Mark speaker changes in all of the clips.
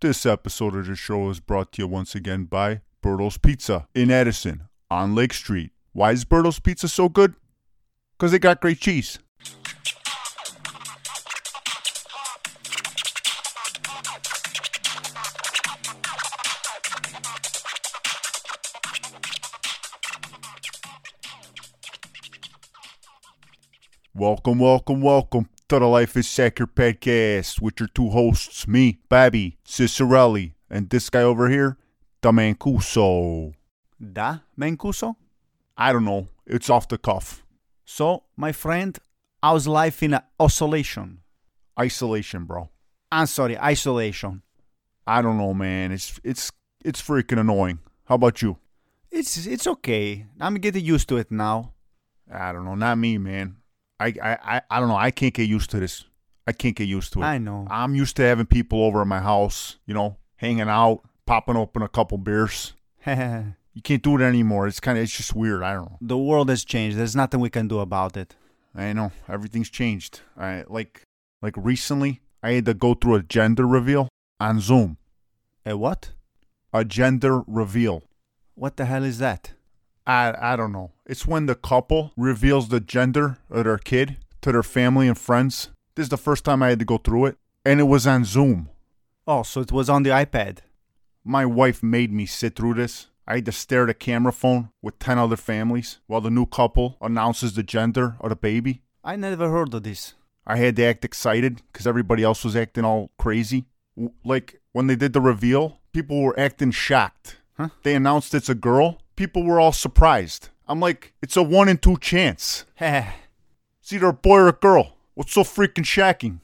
Speaker 1: This episode of the show is brought to you once again by Berto's Pizza in Edison on Lake Street. Why is Berto's Pizza so good? Because they got great cheese. Welcome, welcome, welcome to the Life is Sacker podcast with your two hosts, me, Bobby Cicerelli, and this guy over here, Da Mancuso. Da Mancuso? I don't know. It's off the cuff.
Speaker 2: So, my friend, how's life in isolation?
Speaker 1: Isolation, bro.
Speaker 2: I'm sorry, isolation.
Speaker 1: I don't know, man. It's it's it's freaking annoying. How about you?
Speaker 2: It's it's okay. I'm getting used to it now.
Speaker 1: I don't know. Not me, man. I I I, I don't know. I can't get used to this. I can't get used to it.
Speaker 2: I know.
Speaker 1: I'm used to having people over at my house, you know, hanging out, popping open a couple beers.
Speaker 2: the
Speaker 1: You can't do it anymore. It's kind of it's just weird. I don't know.
Speaker 2: world has changed. There's nothing we can do about it.
Speaker 1: I know everything's changed. I like like recently I had to go through a gender reveal on Zoom.
Speaker 2: A what?
Speaker 1: A gender reveal.
Speaker 2: What the hell is that?
Speaker 1: I I don't know. It's when the couple reveals the gender of their kid to their family and friends. This is the first time I had to go through it, and it was on Zoom.
Speaker 2: Oh, so it was on the iPad.
Speaker 1: My wife made me sit through this. I had to stare at a camera phone with 10 other families while the new couple announces the gender of the baby.
Speaker 2: I never heard of this.
Speaker 1: I had to act excited because everybody else was acting all crazy. W- Like when they did the reveal, people were acting shocked.
Speaker 2: Huh?
Speaker 1: They announced it's a girl, people were all surprised. I'm like, it's a one in two chance.
Speaker 2: Heh.
Speaker 1: It's either a boy or a girl. What's so freaking shocking?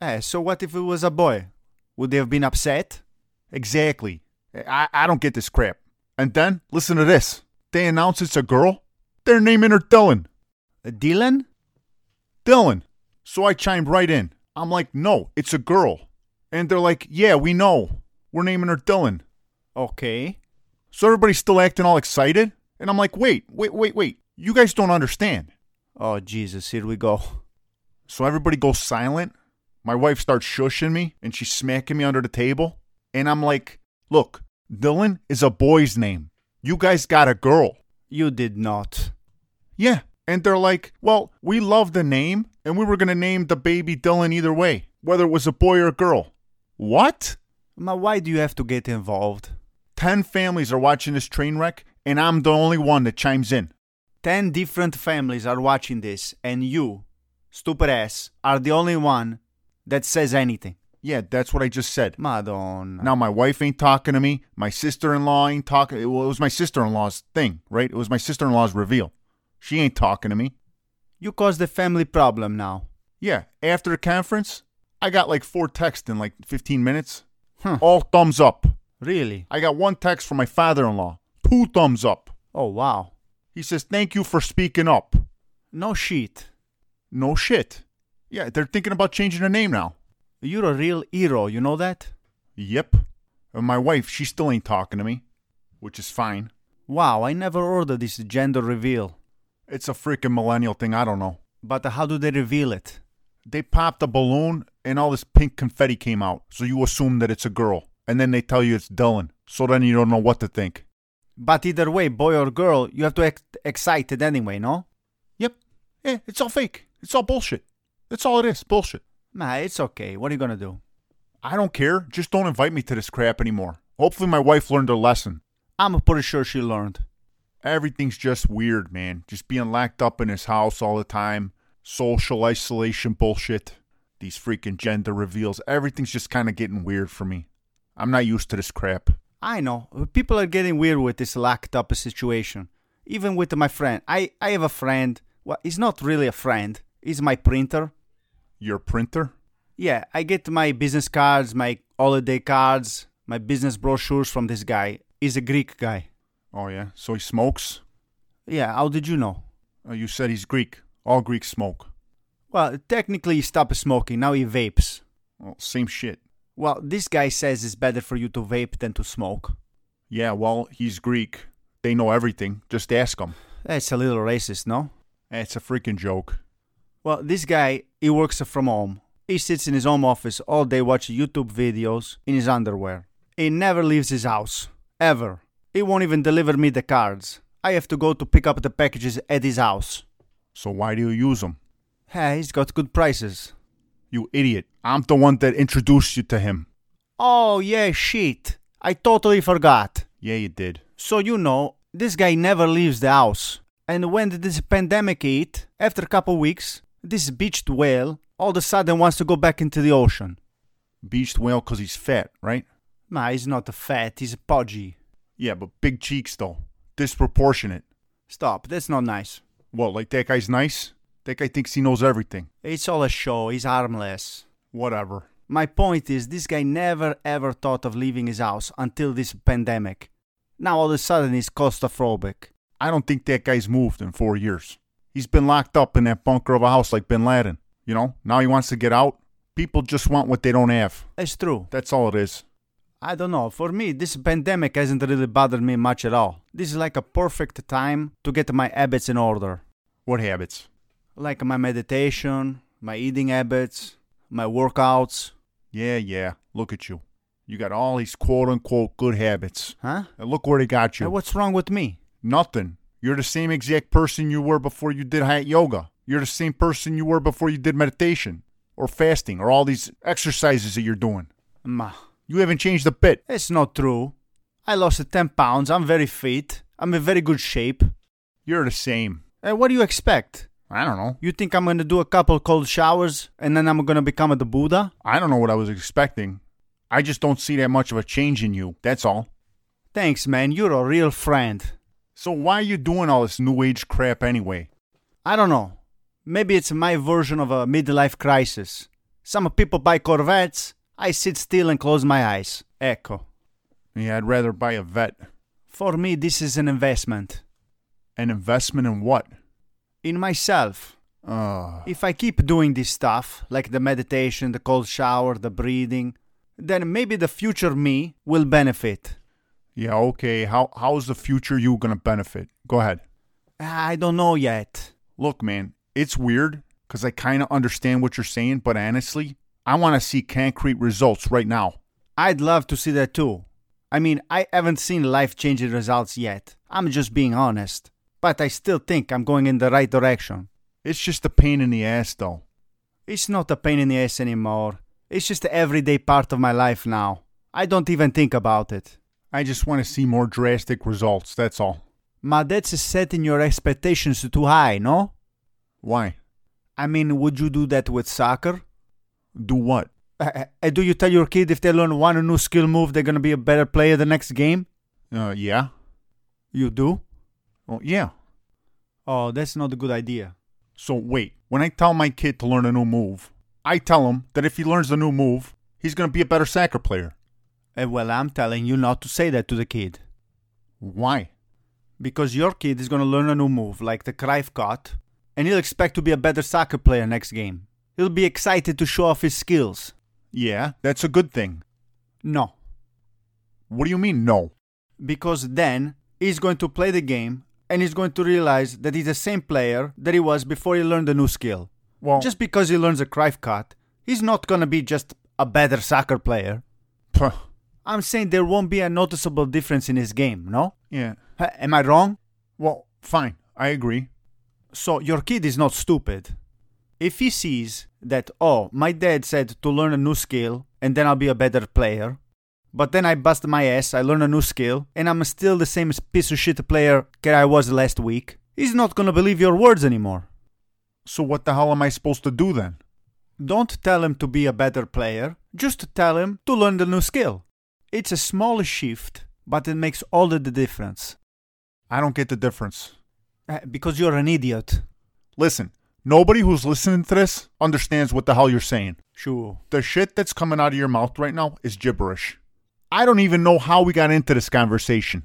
Speaker 2: Eh, so what if it was a boy? Would they have been upset?
Speaker 1: Exactly. I, I don't get this crap. And then, listen to this. They announce it's a girl. They're naming her Dylan.
Speaker 2: Uh, Dylan?
Speaker 1: Dylan. So I chimed right in. I'm like, no, it's a girl. And they're like, yeah, we know. We're naming her Dylan.
Speaker 2: Okay.
Speaker 1: So everybody's still acting all excited. And I'm like, wait, wait, wait, wait. You guys don't understand.
Speaker 2: Oh, Jesus, here we go.
Speaker 1: So everybody goes silent. My wife starts shushing me and she's smacking me under the table. And I'm like, look, Dylan is a boy's name. You guys got a girl.
Speaker 2: You did not.
Speaker 1: Yeah. And they're like, well, we love the name and we were going to name the baby Dylan either way, whether it was a boy or a girl. What?
Speaker 2: Ma, why do you have to get involved?
Speaker 1: 10 families are watching this train wreck and I'm the only one that chimes in.
Speaker 2: 10 different families are watching this, and you, stupid ass, are the only one that says anything.
Speaker 1: Yeah, that's what I just said.
Speaker 2: Madonna.
Speaker 1: Now my wife ain't talking to me. My sister-in-law ain't talking. Well, it was my sister-in-law's thing, right? It was my sister-in-law's reveal. She ain't talking to me.
Speaker 2: You caused the family problem now.
Speaker 1: Yeah, after the conference, I got like four texts in like 15 minutes.
Speaker 2: Huh.
Speaker 1: All thumbs up.
Speaker 2: Really?
Speaker 1: I got one text from my father-in-law. Two thumbs up.
Speaker 2: Oh, wow.
Speaker 1: He says, "Thank you for speaking up."
Speaker 2: No shit.
Speaker 1: No shit. Yeah, they're thinking about changing their name now.
Speaker 2: You're a real hero, you know that?
Speaker 1: Yep. And my wife, she still ain't talking to me, which is fine.
Speaker 2: Wow, I never ordered this gender reveal.
Speaker 1: It's a freaking millennial thing. I don't know.
Speaker 2: But how do they reveal it?
Speaker 1: they popped a balloon and all this pink confetti came out. So you assume that it's a girl. And then they tell you it's Dylan. So then you don't know what to think.
Speaker 2: But either way, boy or girl, you have to act excited anyway, no?
Speaker 1: Yep. Yeah, it's all fake. It's all bullshit. That's all it is. Bullshit.
Speaker 2: Nah, it's okay. What are you gonna do?
Speaker 1: I don't care. Just don't invite me to this crap anymore. Hopefully, my wife learned her lesson.
Speaker 2: I'm pretty sure she learned.
Speaker 1: Everything's just weird, man. Just being locked up in his house all the time. Social isolation bullshit. These freaking gender reveals. Everything's just kind of getting weird for me. I'm not used to this crap.
Speaker 2: I know. People are getting weird with this locked up situation. Even with my friend. I, I have a friend. Well, he's not really a friend. He's my printer.
Speaker 1: Your printer?
Speaker 2: Yeah, I get my business cards, my holiday cards, my business brochures from this guy. He's a Greek guy.
Speaker 1: Oh, yeah. So he smokes?
Speaker 2: Yeah, how did you know?
Speaker 1: Uh, you said he's Greek. All Greeks smoke.
Speaker 2: Well, technically he stopped smoking. Now he vapes.
Speaker 1: Well, same shit.
Speaker 2: Well, this guy says it's better for you to vape than to smoke.
Speaker 1: Yeah, well, he's Greek. They know everything. Just ask them.
Speaker 2: That's a little racist, no?
Speaker 1: It's a freaking joke.
Speaker 2: Well, this guy, he works from home.
Speaker 1: He sits in his home office all day watching YouTube videos in his underwear. He never leaves his house. Ever. He won't even deliver me the cards. I have to go to pick up the packages at his house.
Speaker 3: So why do you use them?
Speaker 1: Hey, he's got good prices.
Speaker 3: You idiot. I'm the one that introduced you to him.
Speaker 1: Oh, yeah, shit. I totally forgot.
Speaker 3: Yeah, you did.
Speaker 1: So, you know, this guy never leaves the house. And when did this pandemic hit, after a couple weeks, this beached whale all of a sudden wants to go back into the ocean.
Speaker 3: Beached whale 'cause he's fat, right?
Speaker 1: Nah, he's not fat, he's pudgy.
Speaker 3: Yeah, but big cheeks though. Disproportionate.
Speaker 1: Stop, that's not nice.
Speaker 3: Well, like that guy's nice? That guy thinks he knows everything.
Speaker 1: It's all a show, he's harmless.
Speaker 3: Whatever.
Speaker 1: My point is, this guy never ever thought of leaving his house until this pandemic. Now all of a sudden he's claustrophobic.
Speaker 3: I don't think that guy's moved in four years. He's been locked up in that bunker of a house like bin Laden. You know, now he wants to get out. People just want what they don't have.
Speaker 1: It's true.
Speaker 3: That's all it is.
Speaker 1: I don't know. For me, this pandemic hasn't really bothered me much at all. This is like a perfect time to get my habits in order.
Speaker 3: What habits?
Speaker 1: Like my meditation, my eating habits, my workouts.
Speaker 3: Yeah, yeah. Look at you. You got all these quote unquote good habits.
Speaker 1: Huh?
Speaker 3: And look where they got
Speaker 1: Hey,
Speaker 3: you.
Speaker 1: what's wrong with me?
Speaker 3: Nothing. You're the same exact person you were before you did hot yoga. You're the same person you were before you did meditation or fasting or all these exercises that you're doing.
Speaker 1: Ma,
Speaker 3: You haven't changed a bit.
Speaker 1: it's not true. I lost 10 pounds. I'm very fit. I'm in very good shape.
Speaker 3: You're the same.
Speaker 1: Hey, what do you expect?
Speaker 3: I don't know.
Speaker 1: You think I'm gonna do a couple cold showers and then I'm gonna become the Buddha?
Speaker 3: I don't know what I was expecting. I just don't see that much of a change in you. That's all.
Speaker 1: Thanks, man. You're a real friend.
Speaker 3: So why are you doing all this new age crap anyway?
Speaker 1: I don't know. Maybe it's my version of a midlife crisis. Some people buy Corvettes. I sit still and close my eyes. Ecco.
Speaker 3: Yeah, I'd rather buy a vet.
Speaker 1: For me, this is an investment
Speaker 3: An investment in what?
Speaker 1: in myself.
Speaker 3: Uh,
Speaker 1: If I keep doing this stuff, like the meditation, the cold shower, the breathing, then maybe the future me will benefit.
Speaker 3: yeah, okay. How how's the future you gonna benefit? Go ahead.
Speaker 1: I don't know yet.
Speaker 3: Look, man, it's weird because I kind of understand what you're saying, but honestly, I want to see concrete results right now.
Speaker 1: I'd love to see that too. I mean, I haven't seen life changing results yet. I'm just being honest. But I still think I'm going in the right direction.
Speaker 3: It's just a pain in the ass, though.
Speaker 1: It's not a pain in the ass anymore. It's just the everyday part of my life now. I don't even think about it.
Speaker 3: I just want to see more drastic results. That's all.
Speaker 1: Ma, that's setting your expectations too high, no?
Speaker 3: Why?
Speaker 1: I mean, would you do that with soccer?
Speaker 3: Do what?
Speaker 1: Uh, uh, do you tell your kid if they learn one new skill move, they're gonna be a better player the next game?
Speaker 3: Uh, yeah.
Speaker 1: You do?
Speaker 3: Well, yeah.
Speaker 1: Oh, that's not a good idea.
Speaker 3: So wait, when I tell my kid to learn a new move, I tell him that if he learns the new move, he's gonna be a better soccer player.
Speaker 1: Eh, well, I'm telling you not to say that to the kid.
Speaker 3: Why?
Speaker 1: Because your kid is gonna learn a new move, like the Cruyff cut, and he'll expect to be a better soccer player next game. He'll be excited to show off his skills.
Speaker 3: Yeah, that's a good thing.
Speaker 1: No,
Speaker 3: What do you mean, no?
Speaker 1: because then he's going to play the game and he's going to realize that he's the same player that he was before he learned the new skill.
Speaker 3: Well,
Speaker 1: Just because he learns a Cruyff cut, he's not gonna be just a better soccer player.
Speaker 3: puh,
Speaker 1: I'm saying there won't be a noticeable difference in his game, no?
Speaker 3: yeah.
Speaker 1: Ha- Am I wrong?
Speaker 3: Well, fine. I agree.
Speaker 1: So your kid is not stupid. If he sees that, oh, my dad said to learn a new skill and then I'll be a better player, but then I bust my ass, I learn a new skill, and I'm still the same piece of shit player that I was last week, he's not gonna believe your words anymore.
Speaker 3: So what the hell am I supposed to do then?
Speaker 1: Don't tell him to be a better player, just tell him to learn the new skill. It's a small shift, but it makes all the difference.
Speaker 3: I don't get the difference.
Speaker 1: Uh, Because you're an idiot.
Speaker 3: Listen, nobody who's listening to this understands what the hell you're saying.
Speaker 1: Sure.
Speaker 3: The shit that's coming out of your mouth right now is gibberish. I don't even know how we got into this conversation.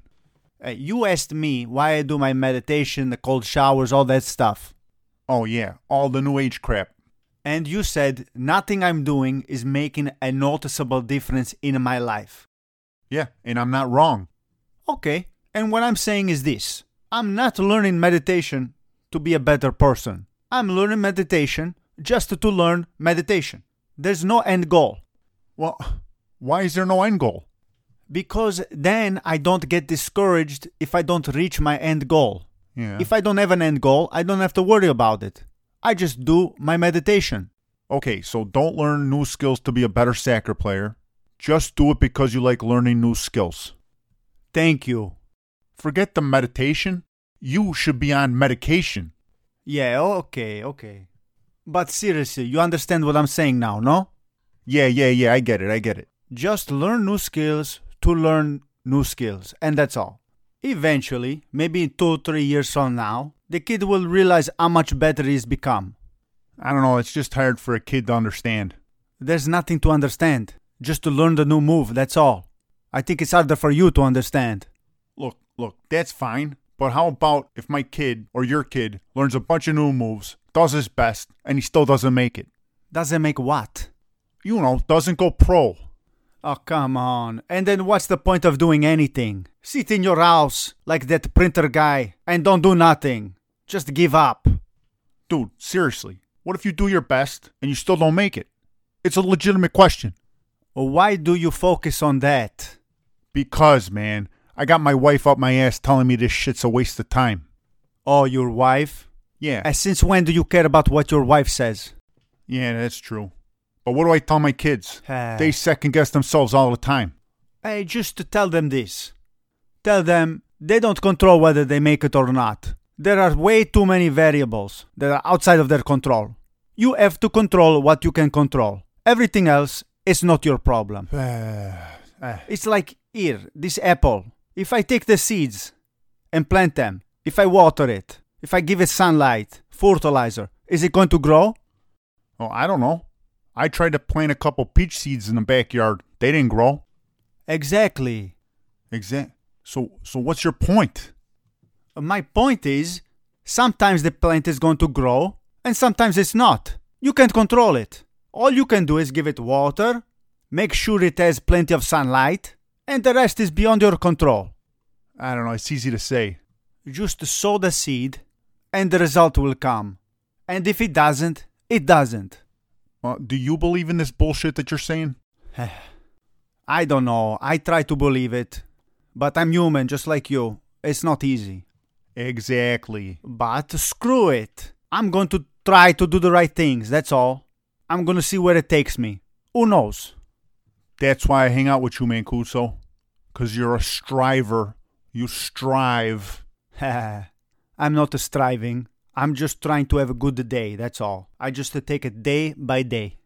Speaker 1: Uh, you asked me why I do my meditation, the cold showers, all that stuff.
Speaker 3: Oh yeah, all the new age crap.
Speaker 1: And you said nothing I'm doing is making a noticeable difference in my life.
Speaker 3: Yeah, and I'm not wrong.
Speaker 1: Okay, and what I'm saying is this I'm not learning meditation to be a better person. I'm learning meditation just to learn meditation. There's no end goal
Speaker 3: Well, why is there no end goal?
Speaker 1: because then I don't get discouraged if I don't reach my end goal.
Speaker 3: Yeah.
Speaker 1: If I don't have an end goal, I don't have to worry about it. I just do my meditation.
Speaker 3: okay, so don't learn new skills to be a better soccer player. Just do it because you like learning new skills.
Speaker 1: Thank you.
Speaker 3: Forget the meditation. You should be on medication.
Speaker 1: Yeah, okay, okay. But seriously, you understand what I'm saying now, no?
Speaker 3: Yeah, yeah, yeah. I get it. I get it.
Speaker 1: Just learn new skills to learn new skills, and that's all. Eventually, maybe in two, three years from now, the kid will realize how much better he's become.
Speaker 3: I don't know. It's just hard for a kid to understand.
Speaker 1: There's nothing to understand, just to learn the new move, that's all. I think it's harder for you to understand.
Speaker 3: Look, look, that's fine. But how about if my kid or your kid learns a bunch of new moves, does his best, and he still doesn't make it?
Speaker 1: Doesn't make what?
Speaker 3: You know, doesn't go pro.
Speaker 1: Oh, come on. And then what's the point of doing anything? Sit in your house like that printer guy and don't do nothing. Just give up.
Speaker 3: Dude, seriously, what if you do your best and you still don't make it? It's a legitimate question.
Speaker 1: Why do you focus on that?
Speaker 3: Because, man, I got my wife up my ass telling me this shit's a waste of time.
Speaker 1: Oh, your wife?
Speaker 3: Yeah,
Speaker 1: And since when do you care about what your wife says?
Speaker 3: yeah, that's true. But what do I tell my kids?
Speaker 1: Uh,
Speaker 3: They second guess themselves all the time.
Speaker 1: I just tell them this. Tell them they don't control whether they make it or not. There are way too many variables that are outside of their control. You have to control what you can control. Everything else is not your problem.
Speaker 3: Eh.
Speaker 1: It's like here, this apple. If I take the seeds and plant them, if I water it, if I give it sunlight, fertilizer, is it going to grow?
Speaker 3: Oh, I don't know. I tried to plant a couple peach seeds in the backyard. They didn't grow.
Speaker 1: Exactly.
Speaker 3: Exact. So, so what's your point?
Speaker 1: Uh, My point is sometimes the plant is going to grow and sometimes it's not. You can't control it. All you can do is give it water, make sure it has plenty of sunlight, and the rest is beyond your control.
Speaker 3: I don't know. It's easy to say.
Speaker 1: Just sow the seed and the result will come. And if it doesn't, it doesn't.
Speaker 3: Uh, do you believe in this bullshit that you're saying?
Speaker 1: I don't know. I try to believe it. But I'm human, just like you. It's not easy.
Speaker 3: Exactly.
Speaker 1: But screw it. I'm going to try to do the right things, that's all. I'm going to see where it takes me. Who knows?
Speaker 3: That's why I hang out with you, Mancuso. Because you're a striver. You strive.
Speaker 1: I'm not striving. I'm just trying to have a good day, that's all. I just take it day by day.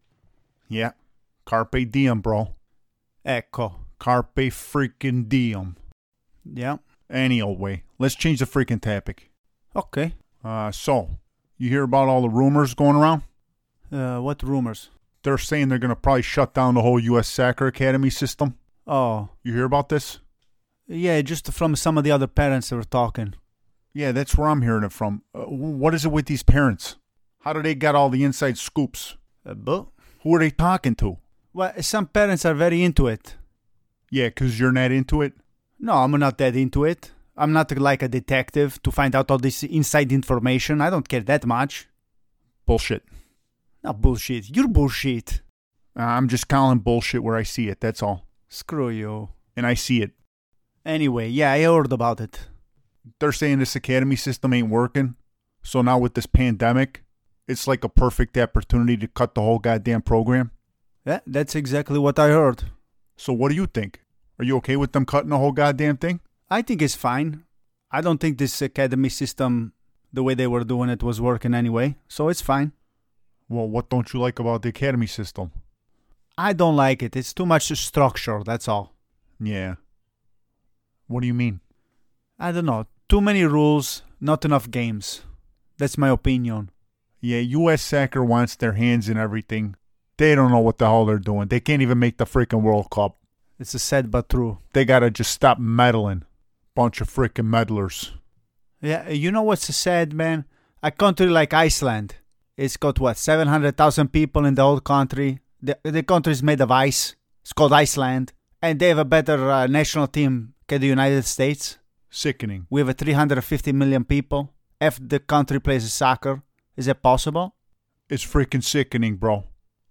Speaker 3: Yeah. Carpe diem, bro.
Speaker 1: Ecco.
Speaker 3: Carpe freaking diem.
Speaker 1: Yeah.
Speaker 3: Anyway, let's change the freaking topic.
Speaker 1: Okay.
Speaker 3: Uh, so, you hear about all the rumors going around?
Speaker 1: Uh, what rumors?
Speaker 3: They're saying they're going to probably shut down the whole U.S. Soccer Academy system.
Speaker 1: Oh,
Speaker 3: You hear about this?
Speaker 1: yeah, just from some of the other parents that were talking.
Speaker 3: Yeah, that's where I'm hearing it from. Uh, what is it with these parents? How do they get all the inside scoops?
Speaker 1: Uh, but,
Speaker 3: Who are they talking to?
Speaker 1: well, some parents are very into it.
Speaker 3: Yeah, 'cause you're not into it?
Speaker 1: No, I'm not that into it. I'm not like a detective to find out all this inside information. I don't care that much.
Speaker 3: Bullshit.
Speaker 1: Not bullshit. You're bullshit.
Speaker 3: Uh, I'm just calling bullshit where I see it, that's all.
Speaker 1: Screw you.
Speaker 3: And I see it.
Speaker 1: Anyway, yeah, I heard about it.
Speaker 3: They're saying this academy system ain't working. So now with this pandemic, it's like a perfect opportunity to cut the whole goddamn program.
Speaker 1: Yeah, that's exactly what I heard.
Speaker 3: So what do you think? Are you okay with them cutting the whole goddamn thing?
Speaker 1: I think it's fine. I don't think this academy system, the way they were doing it, was working anyway, so it's fine.
Speaker 3: Well, what don't you like about the academy system?
Speaker 1: I don't like it. It's too much structure, that's all.
Speaker 3: Yeah. What do you mean?
Speaker 1: I don't know. Too many rules, not enough games. That's my opinion.
Speaker 3: Yeah, U.S. soccer wants their hands in everything. They don't know what the hell they're doing. They can't even make the freaking World Cup.
Speaker 1: It's a sad but true.
Speaker 3: They gotta just stop meddling. Bunch of freaking meddlers.
Speaker 1: Yeah, you know what's sad, man? A country like Iceland, it's got what seven hundred thousand people in the whole country. The the country is made of ice. It's called Iceland, and they have a better uh, national team than the United States.
Speaker 3: Sickening.
Speaker 1: We have a three hundred fifty million people. If the country plays soccer, is it possible?
Speaker 3: It's freaking sickening, bro.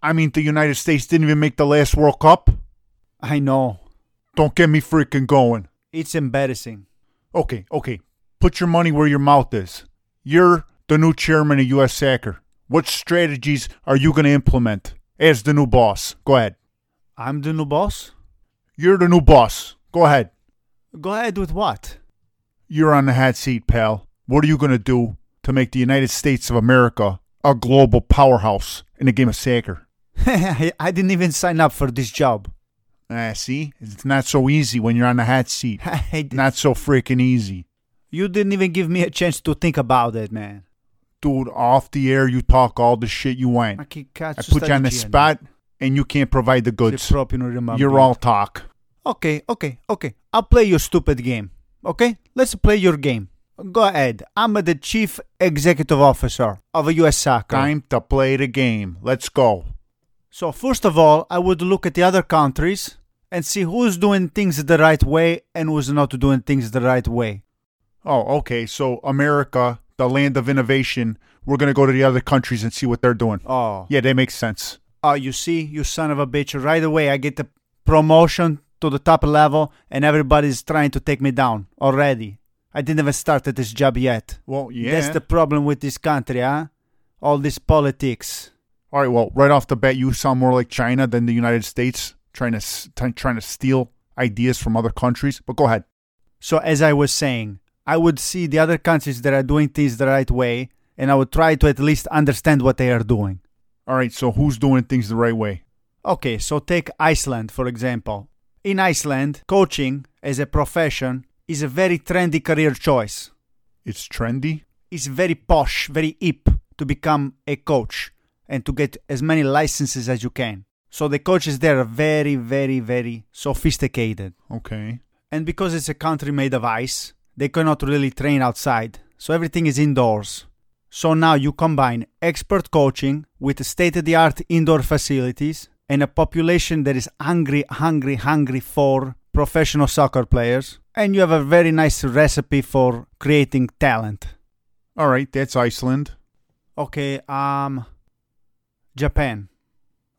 Speaker 3: I mean, the United States didn't even make the last World Cup.
Speaker 1: I know.
Speaker 3: Don't get me freaking going.
Speaker 1: It's embarrassing.
Speaker 3: Okay, okay. Put your money where your mouth is. You're the new chairman of U.S. Soccer. What strategies are you going to implement as the new boss? Go ahead.
Speaker 1: I'm the new boss?
Speaker 3: You're the new boss. Go ahead.
Speaker 1: Go ahead with what?
Speaker 3: You're on the hot seat, pal. What are you going to do to make the United States of America a global powerhouse in the game of soccer?
Speaker 1: I I didn't even sign up for this job.
Speaker 3: Ah, see? It's not so easy when you're on the hot seat.
Speaker 1: I d-
Speaker 3: Not so freaking easy.
Speaker 1: you didn't even give me a chance to think about it, man.
Speaker 3: Dude, off the air, you talk all the shit you want.
Speaker 1: Ma che cazzo
Speaker 3: I put you
Speaker 1: stai
Speaker 3: on the
Speaker 1: dicendo?
Speaker 3: spot, and you can't provide the
Speaker 1: Se
Speaker 3: goods.
Speaker 1: proprio non rimango-
Speaker 3: You're all talk.
Speaker 1: Okay, okay, okay. I'll play your stupid game. Okay? Let's play your game. Go ahead. I'm the chief executive officer of US soccer.
Speaker 3: Time to play the game. Let's go.
Speaker 1: So, first of all, I would look at the other countries and see who's doing things the right way and who's not doing things the right way.
Speaker 3: Oh, okay. So, America, the land of innovation, we're going to go to the other countries and see what they're doing.
Speaker 1: Oh.
Speaker 3: Yeah, that makes sense.
Speaker 1: Oh, you see, you son of a bitch. Right away, I get the promotion to the top level and everybody's trying to take me down already. I didn't even start at this job yet.
Speaker 3: Well, yeah.
Speaker 1: That's the problem with this country, huh? All this politics.
Speaker 3: All right. Well, right off the bat, you sound more like China than the United States, trying to s- t- trying to steal ideas from other countries. But go ahead.
Speaker 1: So, as I was saying, I would see the other countries that are doing things the right way, and I would try to at least understand what they are doing.
Speaker 3: All right. So, who's doing things the right way?
Speaker 1: Okay, so take Iceland, for example. In Iceland, coaching as a profession is a very trendy career choice.
Speaker 3: It's trendy.
Speaker 1: It's very posh, very hip to become a coach and to get as many licenses as you can. So, the coaches there are very, very, very sophisticated.
Speaker 3: Okay.
Speaker 1: And because it's a country made of ice, they cannot really train outside, so everything is indoors. So now you combine expert coaching with state of the art indoor facilities and a population that is hungry, hungry, hungry for professional soccer players, and you have a very nice recipe for creating talent.
Speaker 3: All right. That's Iceland,
Speaker 1: Okay, um, Japan.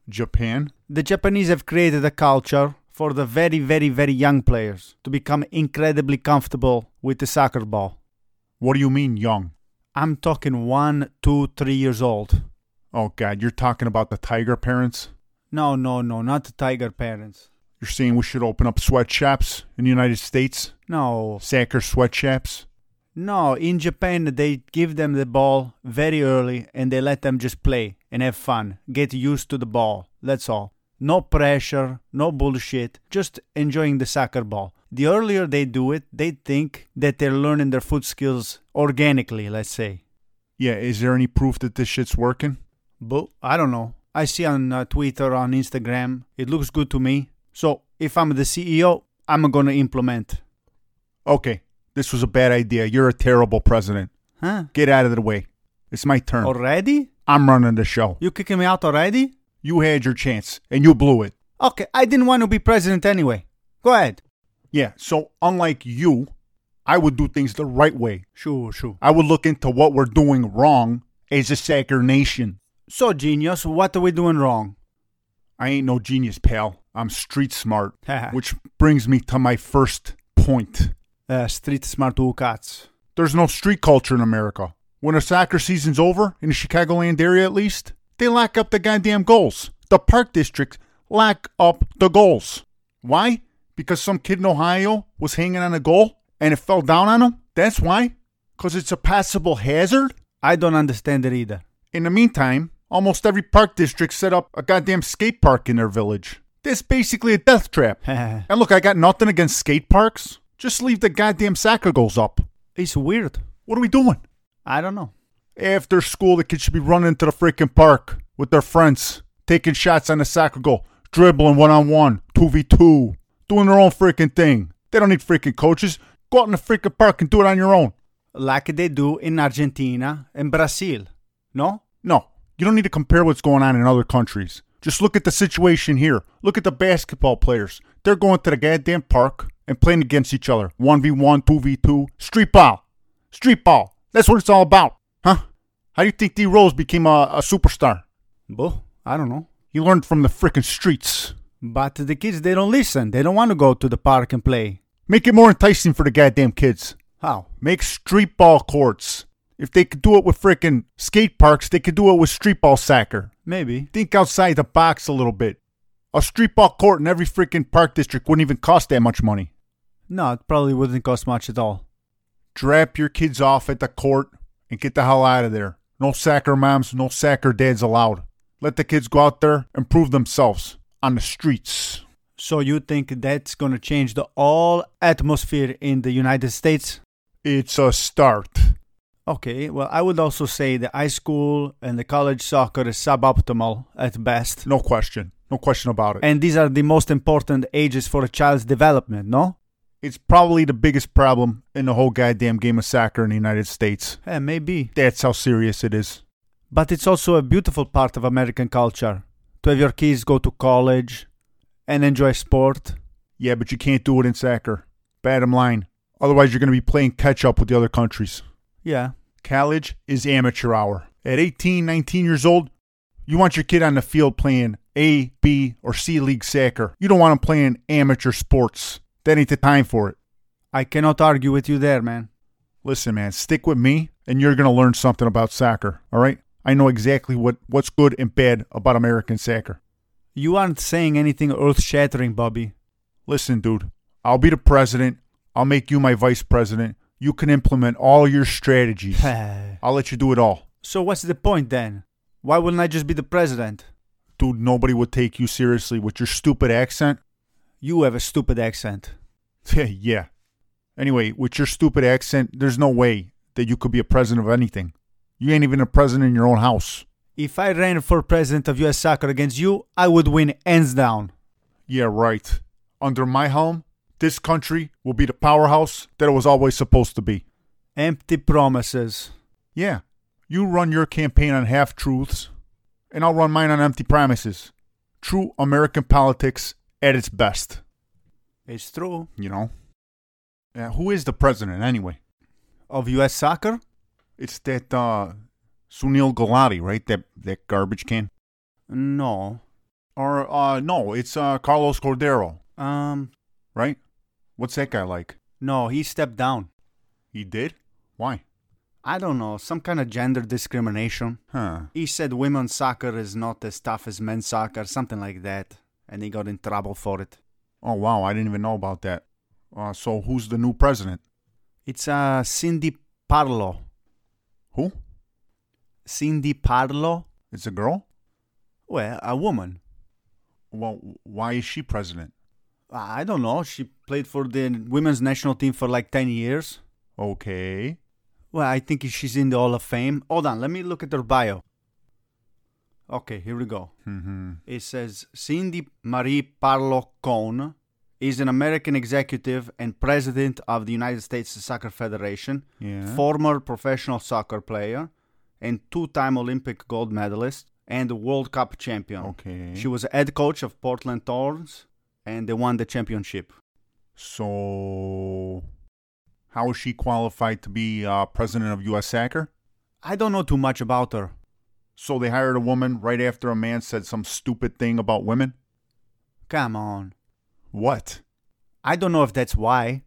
Speaker 3: Japan.
Speaker 1: The Japanese have created a culture for the very, very, very young players to become incredibly comfortable with the soccer ball.
Speaker 3: What do you mean young?
Speaker 1: I'm talking one, two, three years old.
Speaker 3: Oh God, you're talking about the tiger parents.
Speaker 1: No, no, no, not the tiger parents.
Speaker 3: You're saying we should open up sweatshops in the United States,
Speaker 1: No,
Speaker 3: Sacker sweatshops.
Speaker 1: no, in Japan they give them the ball very early and they let them just play and have fun, get used to the ball. That's all. No pressure, no bullshit, just enjoying the soccer ball. The earlier they do it, they think that they're learning their foot skills organically, let's say.
Speaker 3: Yeah. Is there any proof that this shit's working?
Speaker 1: But I don't know. I see on uh, Twitter, on Instagram. It looks good to me. So if I'm the CEO, I'm going to implement.
Speaker 3: Okay. This was a bad idea. You're a terrible president.
Speaker 1: Huh?
Speaker 3: Get out of the way. It's my turn.
Speaker 1: Already?
Speaker 3: I'm running the show.
Speaker 1: You kicking me out already?
Speaker 3: You had your chance and you blew it.
Speaker 1: Okay, I didn't want to be president anyway. Go ahead.
Speaker 3: Yeah, so unlike you, I would do things the right way.
Speaker 1: Sure, sure.
Speaker 3: I would look into what we're doing wrong as a Sacker Nation.
Speaker 1: So, genius, what are we doing wrong?
Speaker 3: I ain't no genius, pal. I'm street smart, which brings me to my first point.
Speaker 1: uh, street smart who cats.
Speaker 3: There's no street culture in America. When a soccer season's over, in the Chicagoland area at least, they lock up the goddamn goals. The park district lock up the goals. Why? Because some kid in Ohio was hanging on a goal and it fell down on him? That's why? Because it's a possible hazard?
Speaker 1: I don't understand it either.
Speaker 3: In the meantime, almost every park district set up a goddamn skate park in their village. That's basically a death trap. And look, I got nothing against skate parks. Just leave the goddamn soccer goals up.
Speaker 1: it's weird.
Speaker 3: What are we doing?
Speaker 1: I don't know.
Speaker 3: After school, the kids should be running to the freaking park with their friends, taking shots on the soccer goal, dribbling one on one, 2v2, doing their own freaking thing. They don't need freaking coaches. Go out in the freaking park and do it on your own.
Speaker 1: Like they do in Argentina and Brazil. No?
Speaker 3: No, you don't need to compare what's going on in other countries. Just look at the situation here. Look at the basketball players. They're going to the goddamn park and playing against each other 1v1, 2v2, street ball. Street ball. That's what it's all about. Huh? How do you think D Rose became a, a superstar?
Speaker 1: Buh, I don't know.
Speaker 3: He learned from the frickin' streets.
Speaker 1: But the kids, they don't listen. They don't want to go to the park and play.
Speaker 3: Make it more enticing for the goddamn kids.
Speaker 1: How?
Speaker 3: Make street ball courts. If they could do it with frickin' skate parks, they could do it with street ball soccer.
Speaker 1: Maybe.
Speaker 3: Think outside the box a little bit. A street ball court in every frickin' park district wouldn't even cost that much money.
Speaker 1: No, it probably wouldn't cost much at all.
Speaker 3: Drop your kids off at the court and get the hell out of there. No soccer moms, no soccer dads allowed. Let the kids go out there and prove themselves on the streets.
Speaker 1: So you think that's going to change the all atmosphere in the United States?
Speaker 3: It's a start.
Speaker 1: Okay, well, I would also say the high school and the college soccer is suboptimal at best.
Speaker 3: No question. No question about it.
Speaker 1: And these are the most important ages for a child's development, no?
Speaker 3: It's probably the biggest problem in the whole goddamn game of soccer in the United States.
Speaker 1: Eh, maybe.
Speaker 3: That's how serious it is.
Speaker 1: But it's also a beautiful part of American culture to have your kids go to college and enjoy sport.
Speaker 3: Yeah, but you can't do it in soccer. Bottom line. Otherwise, you're going to be playing catch up with the other countries.
Speaker 1: Yeah.
Speaker 3: College is amateur hour. At 18, 19 years old, you want your kid on the field playing A, B, or C league soccer. You don't want him playing amateur sports. That ain't the time for it.
Speaker 1: I cannot argue with you there, man.
Speaker 3: Listen, man, stick with me and you're going to learn something about soccer, all right? I know exactly what, what's good and bad about American soccer.
Speaker 1: You aren't saying anything earth shattering, Bobby.
Speaker 3: Listen, dude, I'll be the president. I'll make you my vice president. You can implement all your strategies. I'll let you do it all.
Speaker 1: so what's the point then? Why wouldn't I just be the president?
Speaker 3: Dude, nobody would take you seriously with your stupid accent.
Speaker 1: You have a stupid accent.
Speaker 3: yeah. Anyway, with your stupid accent, there's no way that you could be a president of anything. You ain't even a president in your own house.
Speaker 1: If I ran for president of US soccer against you, I would win hands down.
Speaker 3: Yeah, right. Under my helm, this country will be the powerhouse that it was always supposed to be.
Speaker 1: Empty promises.
Speaker 3: Yeah. You run your campaign on half truths, and I'll run mine on empty promises. True American politics at its best,
Speaker 1: It's true.
Speaker 3: you know? Yeah, who is the president anyway?
Speaker 1: Of US soccer?
Speaker 3: It's that uh Sunil Gulati, right? That that garbage can.
Speaker 1: No.
Speaker 3: Or uh no, it's uh Carlos Cordero,
Speaker 1: Um,
Speaker 3: right? What's that guy like?
Speaker 1: no, he stepped down.
Speaker 3: He did? Why?
Speaker 1: I don't know, some kind of gender discrimination.
Speaker 3: Huh.
Speaker 1: He said women's soccer is not as tough as men's soccer, something like that. And he got in trouble for it.
Speaker 3: Oh wow, I didn't even know about that. Uh so who's the new president?
Speaker 1: It's uh, Cindy Parlo.
Speaker 3: Who?
Speaker 1: Cindy Parlo?
Speaker 3: It's a girl?
Speaker 1: Well, a woman.
Speaker 3: Well, why is she president?
Speaker 1: I don't know. She played for the women's national team for like 10 years.
Speaker 3: Okay.
Speaker 1: Well, I think she's in the Hall of Fame. Hold on, let me look at her bio. Okay, here we go.
Speaker 3: Mm-hmm.
Speaker 1: It says Cindy Marie Parlo Cohn is an American executive and president of the United States Soccer Federation,
Speaker 3: Yeah.
Speaker 1: former professional soccer player, and two time Olympic gold medalist and World Cup champion.
Speaker 3: Okay.
Speaker 1: She was head coach of Portland Thorns and they won the championship.
Speaker 3: so how is she qualified to be uh, president of US soccer?
Speaker 1: I don't know too much about her.
Speaker 3: So they hired a woman right after a man said some stupid thing about women?
Speaker 1: Come on.
Speaker 3: What?
Speaker 1: I don't know if that's why.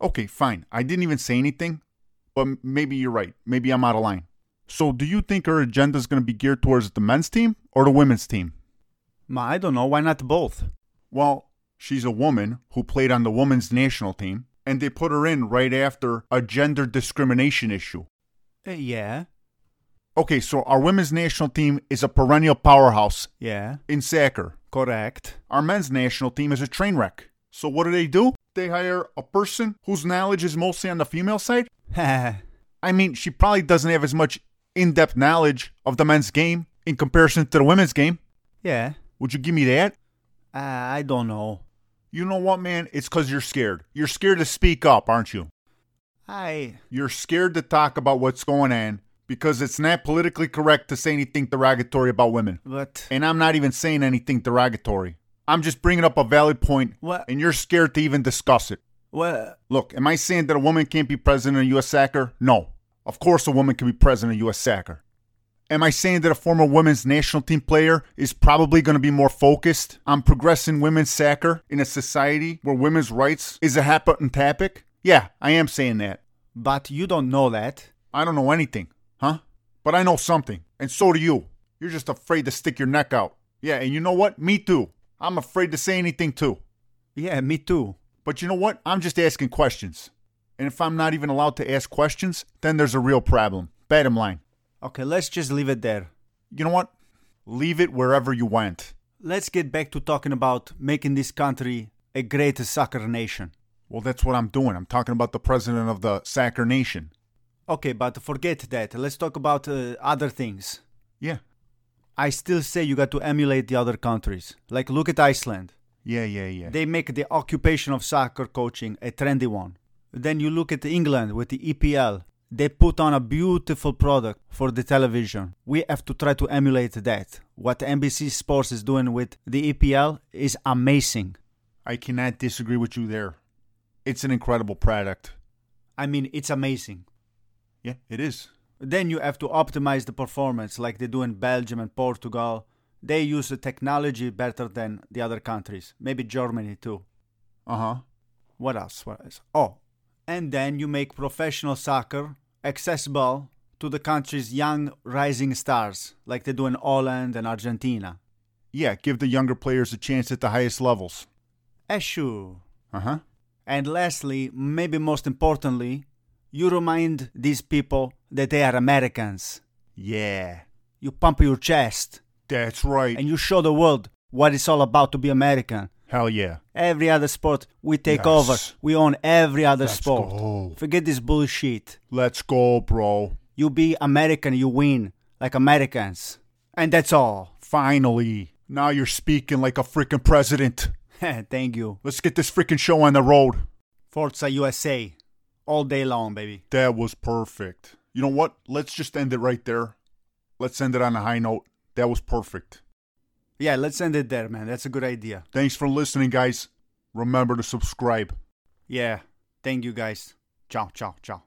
Speaker 3: Okay, fine. I didn't even say anything, but m- maybe you're right. Maybe I'm out of line. So do you think her agenda is going to be geared towards the men's team or the women's team?
Speaker 1: Ma, I don't know. Why not both?
Speaker 3: Well, she's a woman who played on the women's national team, and they put her in right after a gender discrimination issue.
Speaker 1: Uh, yeah.
Speaker 3: Okay, so our women's national team is a perennial powerhouse
Speaker 1: Yeah.
Speaker 3: in soccer.
Speaker 1: Correct.
Speaker 3: Our men's national team is a train wreck. So what do they do? They hire a person whose knowledge is mostly on the female side. I mean, she probably doesn't have as much in-depth knowledge of the men's game in comparison to the women's game.
Speaker 1: yeah.
Speaker 3: Would you give me that?
Speaker 1: Uh, I don't know.
Speaker 3: You know what, man? It's because you're scared. You're scared to speak up, aren't you?
Speaker 1: I.
Speaker 3: You're scared to talk about what's going on because it's not politically correct to say anything derogatory about women.
Speaker 1: But.
Speaker 3: And I'm not even saying anything derogatory. I'm just bringing up a valid point,
Speaker 1: What?
Speaker 3: and you're scared to even discuss it.
Speaker 1: Well.
Speaker 3: Look, am I saying that a woman can't be president of U.S. soccer? No. Of course, a woman can be president of U.S. soccer. Am I saying that a former women's national team player is probably going to be more focused on progressing women's soccer in a society where women's rights is a hot button topic? Yeah, I am saying that.
Speaker 1: But you don't know that.
Speaker 3: I don't know anything, huh? But I know something, and so do you. You're just afraid to stick your neck out. Yeah, and you know what? Me too. I'm afraid to say anything too.
Speaker 1: Yeah, me too.
Speaker 3: But you know what? I'm just asking questions. And if I'm not even allowed to ask questions, then there's a real problem. Bottom line.
Speaker 1: Okay, let's just leave it there.
Speaker 3: You know what? Leave it wherever you went.
Speaker 1: Let's get back to talking about making this country a great soccer nation.
Speaker 3: Well, that's what I'm doing. I'm talking about the president of the soccer nation.
Speaker 1: Okay, but forget that. Let's talk about uh, other things.
Speaker 3: Yeah.
Speaker 1: I still say you got to emulate the other countries. Like, look at Iceland.
Speaker 3: Yeah, yeah, yeah.
Speaker 1: They make the occupation of soccer coaching a trendy one. Then you look at England with the EPL. They put on a beautiful product for the television. We have to try to emulate that. What NBC Sports is doing with the EPL is amazing.
Speaker 3: I cannot disagree with you there. It's an incredible product.
Speaker 1: I mean, it's amazing.
Speaker 3: Yeah, it is.
Speaker 1: Then you have to optimize the performance like they do in Belgium and Portugal. They use the technology better than the other countries, maybe Germany too.
Speaker 3: Uh huh.
Speaker 1: What else? What else? Oh, and then you make professional soccer accessible to the country's young rising stars, like they do in Holland and Argentina.
Speaker 3: Yeah, give the younger players a chance at the highest levels.
Speaker 1: Issue.
Speaker 3: Uh huh.
Speaker 1: And lastly, maybe most importantly, you remind these people that they are Americans.
Speaker 3: Yeah,
Speaker 1: You pump your chest
Speaker 3: that's right.
Speaker 1: and you show the world what it's all about to be American.
Speaker 3: Hell yeah.
Speaker 1: Every other sport we take
Speaker 3: Yes.
Speaker 1: over. We own every other
Speaker 3: Let's
Speaker 1: sport.
Speaker 3: go.
Speaker 1: Forget this bullshit.
Speaker 3: Let's go, bro.
Speaker 1: You be American, you win like Americans. And that's all.
Speaker 3: Finally. Now you're speaking like a freaking president.
Speaker 1: Thank you.
Speaker 3: Let's get this freaking show on the road.
Speaker 1: Forza USA. All day long, baby.
Speaker 3: That was perfect. You know what? Let's just end it right there. Let's end it on a high note. That was perfect.
Speaker 1: Yeah, let's end it there, man. That's a good idea.
Speaker 3: Thanks for listening, guys. Remember to subscribe.
Speaker 1: Yeah. Thank you guys. Ciao, ciao, ciao.